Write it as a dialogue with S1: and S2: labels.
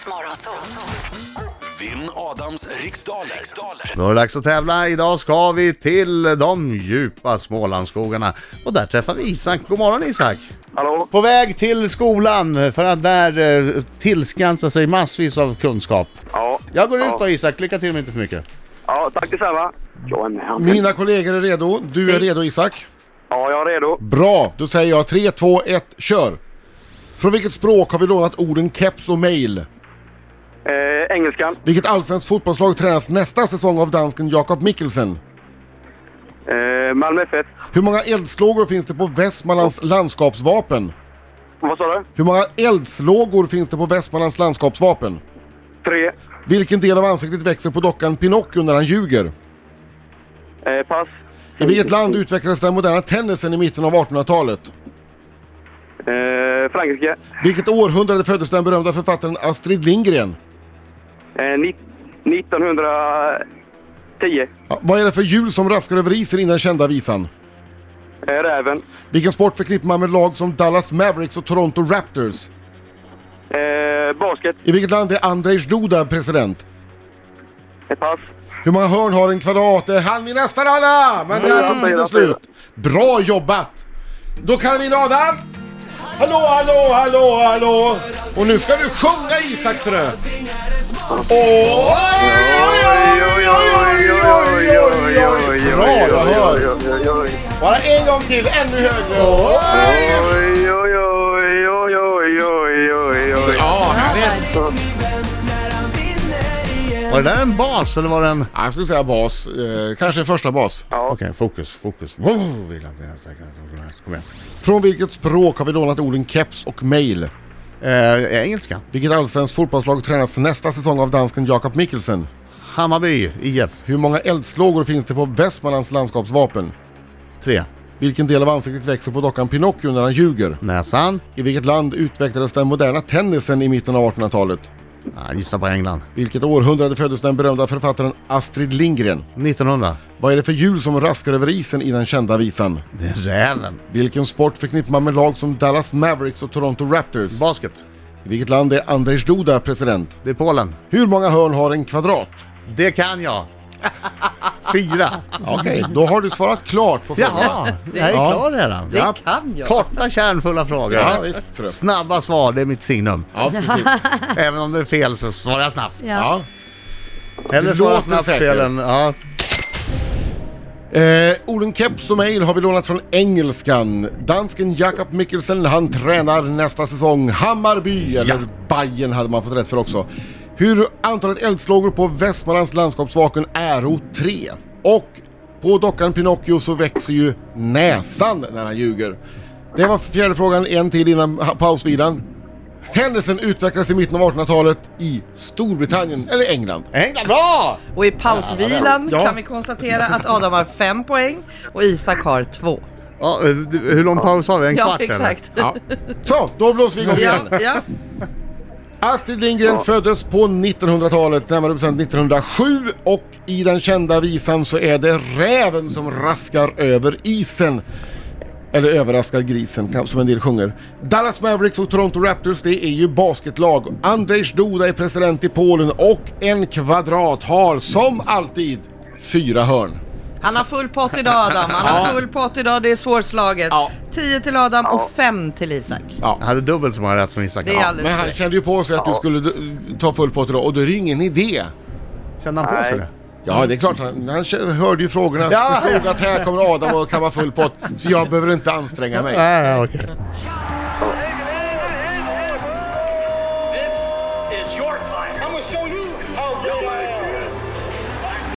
S1: Riksmorgon, så.
S2: Vinn Adams riksdaler. riksdaler.
S3: Då är det dags att tävla. Idag ska vi till de djupa Smålandsskogarna. Och där träffar vi Isak. God morgon Isak!
S4: Hallå?
S3: På väg till skolan för att där eh, tillskansa sig massvis av kunskap.
S4: Ja.
S3: Jag går ut
S4: ja.
S3: då Isak, lycka till men inte för mycket.
S4: Ja, tack detsamma. Jag är med. han.
S5: Mina kollegor är redo. Du är redo Isak.
S4: Ja, jag är redo.
S5: Bra, då säger jag 3, 2, 1, kör! Från vilket språk har vi lånat orden keps och mail?
S4: Eh, engelskan.
S5: Vilket allsvenskt fotbollslag tränas nästa säsong av dansken Jakob Mikkelsen?
S4: Eh, Malmö FF.
S5: Hur många eldslågor finns det på Västmanlands landskapsvapen?
S4: Vad sa du?
S5: Hur många eldslågor finns det på Västmanlands landskapsvapen?
S4: Tre.
S5: Vilken del av ansiktet växer på dockan Pinocchio när han ljuger?
S4: Eh, pass.
S5: I vilket land utvecklades den moderna tennisen i mitten av 1800-talet?
S4: Eh, Frankrike.
S5: Vilket århundrade föddes den berömda författaren Astrid Lindgren?
S4: Eh, ni- 1910.
S5: Ja, vad är det för djur som raskar över isen innan kända visan?
S4: Eh, räven.
S5: Vilken sport förknippar man med lag som Dallas Mavericks och Toronto Raptors?
S4: Eh, basket.
S5: I vilket land är Andrzej Duda president?
S4: Eh, pass.
S5: Hur många hörn har en kvadrat? Det är halv i nästan alla! Men där tog
S4: Mm.
S5: tiden slut. Bra jobbat! Då kan vi in Adam! Hallå, hallå, hallå, hallå! Och nu ska du sjunga Isaks rö! Oj, oj, oj, oj, oj, oj, oj, oj. Bra, jag hör!
S4: oj, oj.
S5: Bara en gång till, ännu högre! Oj!
S4: Oj, oj, oj, oj, oj, oj, oj, oj.
S5: Ja, härligt!
S3: Var det där en bas eller var det en... Okej,
S5: Ja, Jag skulle säga bas, eh, kanske en första bas.
S3: Ah, fokus, fokus. Wow, vill att jag säkert- Kom igen.
S5: Från vilket språk har vi lånat orden keps och mail?
S3: Eh, engelska.
S5: Vilket allsvenskt fotbollslag tränas nästa säsong av dansken Jakob Mikkelsen?
S3: Hammarby, IF,
S5: Hur många eldslågor finns det på Västmanlands landskapsvapen?
S3: 3.
S5: Vilken del av ansiktet växer på dockan Pinocchio när han ljuger?
S3: Näsan.
S5: I vilket land utvecklades den moderna tennisen i mitten av 1800-talet?
S3: Ah, gissa på England.
S5: Vilket århundrade föddes den berömda författaren Astrid Lindgren?
S3: 1900.
S5: Vad är det för djur som raskar över isen i den kända visan?
S3: Det är räven.
S5: Vilken sport förknippar man med lag som Dallas Mavericks och Toronto Raptors?
S3: Basket.
S5: I vilket land är Andrzej Duda president?
S3: Det är Polen.
S5: Hur många hörn har en kvadrat?
S3: Det kan jag. Fyra.
S5: Okej, då har du svarat klart på frågan.
S3: Jaha, jag är
S5: Ja.
S3: klar redan.
S5: Ja.
S6: Kan jag?
S3: Korta kärnfulla frågor.
S5: Ja, visst, tror jag.
S3: Snabba svar, det är mitt signum.
S5: Ja, precis.
S3: Även om det är fel så svarar jag snabbt.
S6: Ja.
S5: Ja.
S3: Eller
S5: Det
S3: svara
S5: låter
S3: snabbt
S5: säkert.
S3: fel än... Ja.
S5: Eh, orden keps och mail har vi lånat från engelskan. Dansken Jakob Mikkelsen, han tränar nästa säsong Hammarby, eller Bayern hade man fått rätt för också. Hur antalet eldslågor på Västmanlands landskapsvapen är 3. Och på dockan Pinocchio så växer ju näsan när han ljuger. Det var fjärde frågan, en till innan ha- pausvilan. Tennisen utvecklades i mitten av 1800-talet i Storbritannien, eller England.
S3: England, bra!
S6: Och i pausvilan
S5: Ja.
S6: kan vi konstatera att Adam har fem poäng och Isak har två.
S3: Ja, eh, d- hur lång paus har vi? En
S6: Ja,
S3: kvart
S6: exakt.
S5: Ja. Så, då blåser vi igång
S6: Ja,
S5: igen.
S6: ja.
S5: Astrid Lindgren föddes på 1900-talet, närmare bestämt 1907 och i den kända visan så är det räven som raskar över isen. Eller överraskar grisen, kan- som en del sjunger. Dallas Mavericks och Toronto Raptors, det är ju basketlag. Andrzej Duda är president i Polen och en kvadrat har, som alltid, fyra hörn.
S6: Han har full pott idag Adam. Han har
S5: Ja.
S6: full pott idag. Det är svårslaget.
S5: Ja.
S6: 10 till Adam och 5 till Isak.
S3: Jag hade dubbelt så många rätt som Isak.
S6: Det är
S3: Ja.
S6: alldeles
S5: Men han
S6: korrekt.
S5: kände ju på sig att du skulle eh, ta full pott idag och då är det ju ingen idé.
S3: Kände han på sig
S4: Nej.
S3: det?
S5: Ja, det är klart. Han, han k- hörde ju frågorna,
S3: Ja.
S5: förstod att här kommer Adam och kan vara full pott. Så jag behöver inte anstränga mig.
S3: Nej, ja, okej.
S7: This is your time. I'm gonna show you how real I am.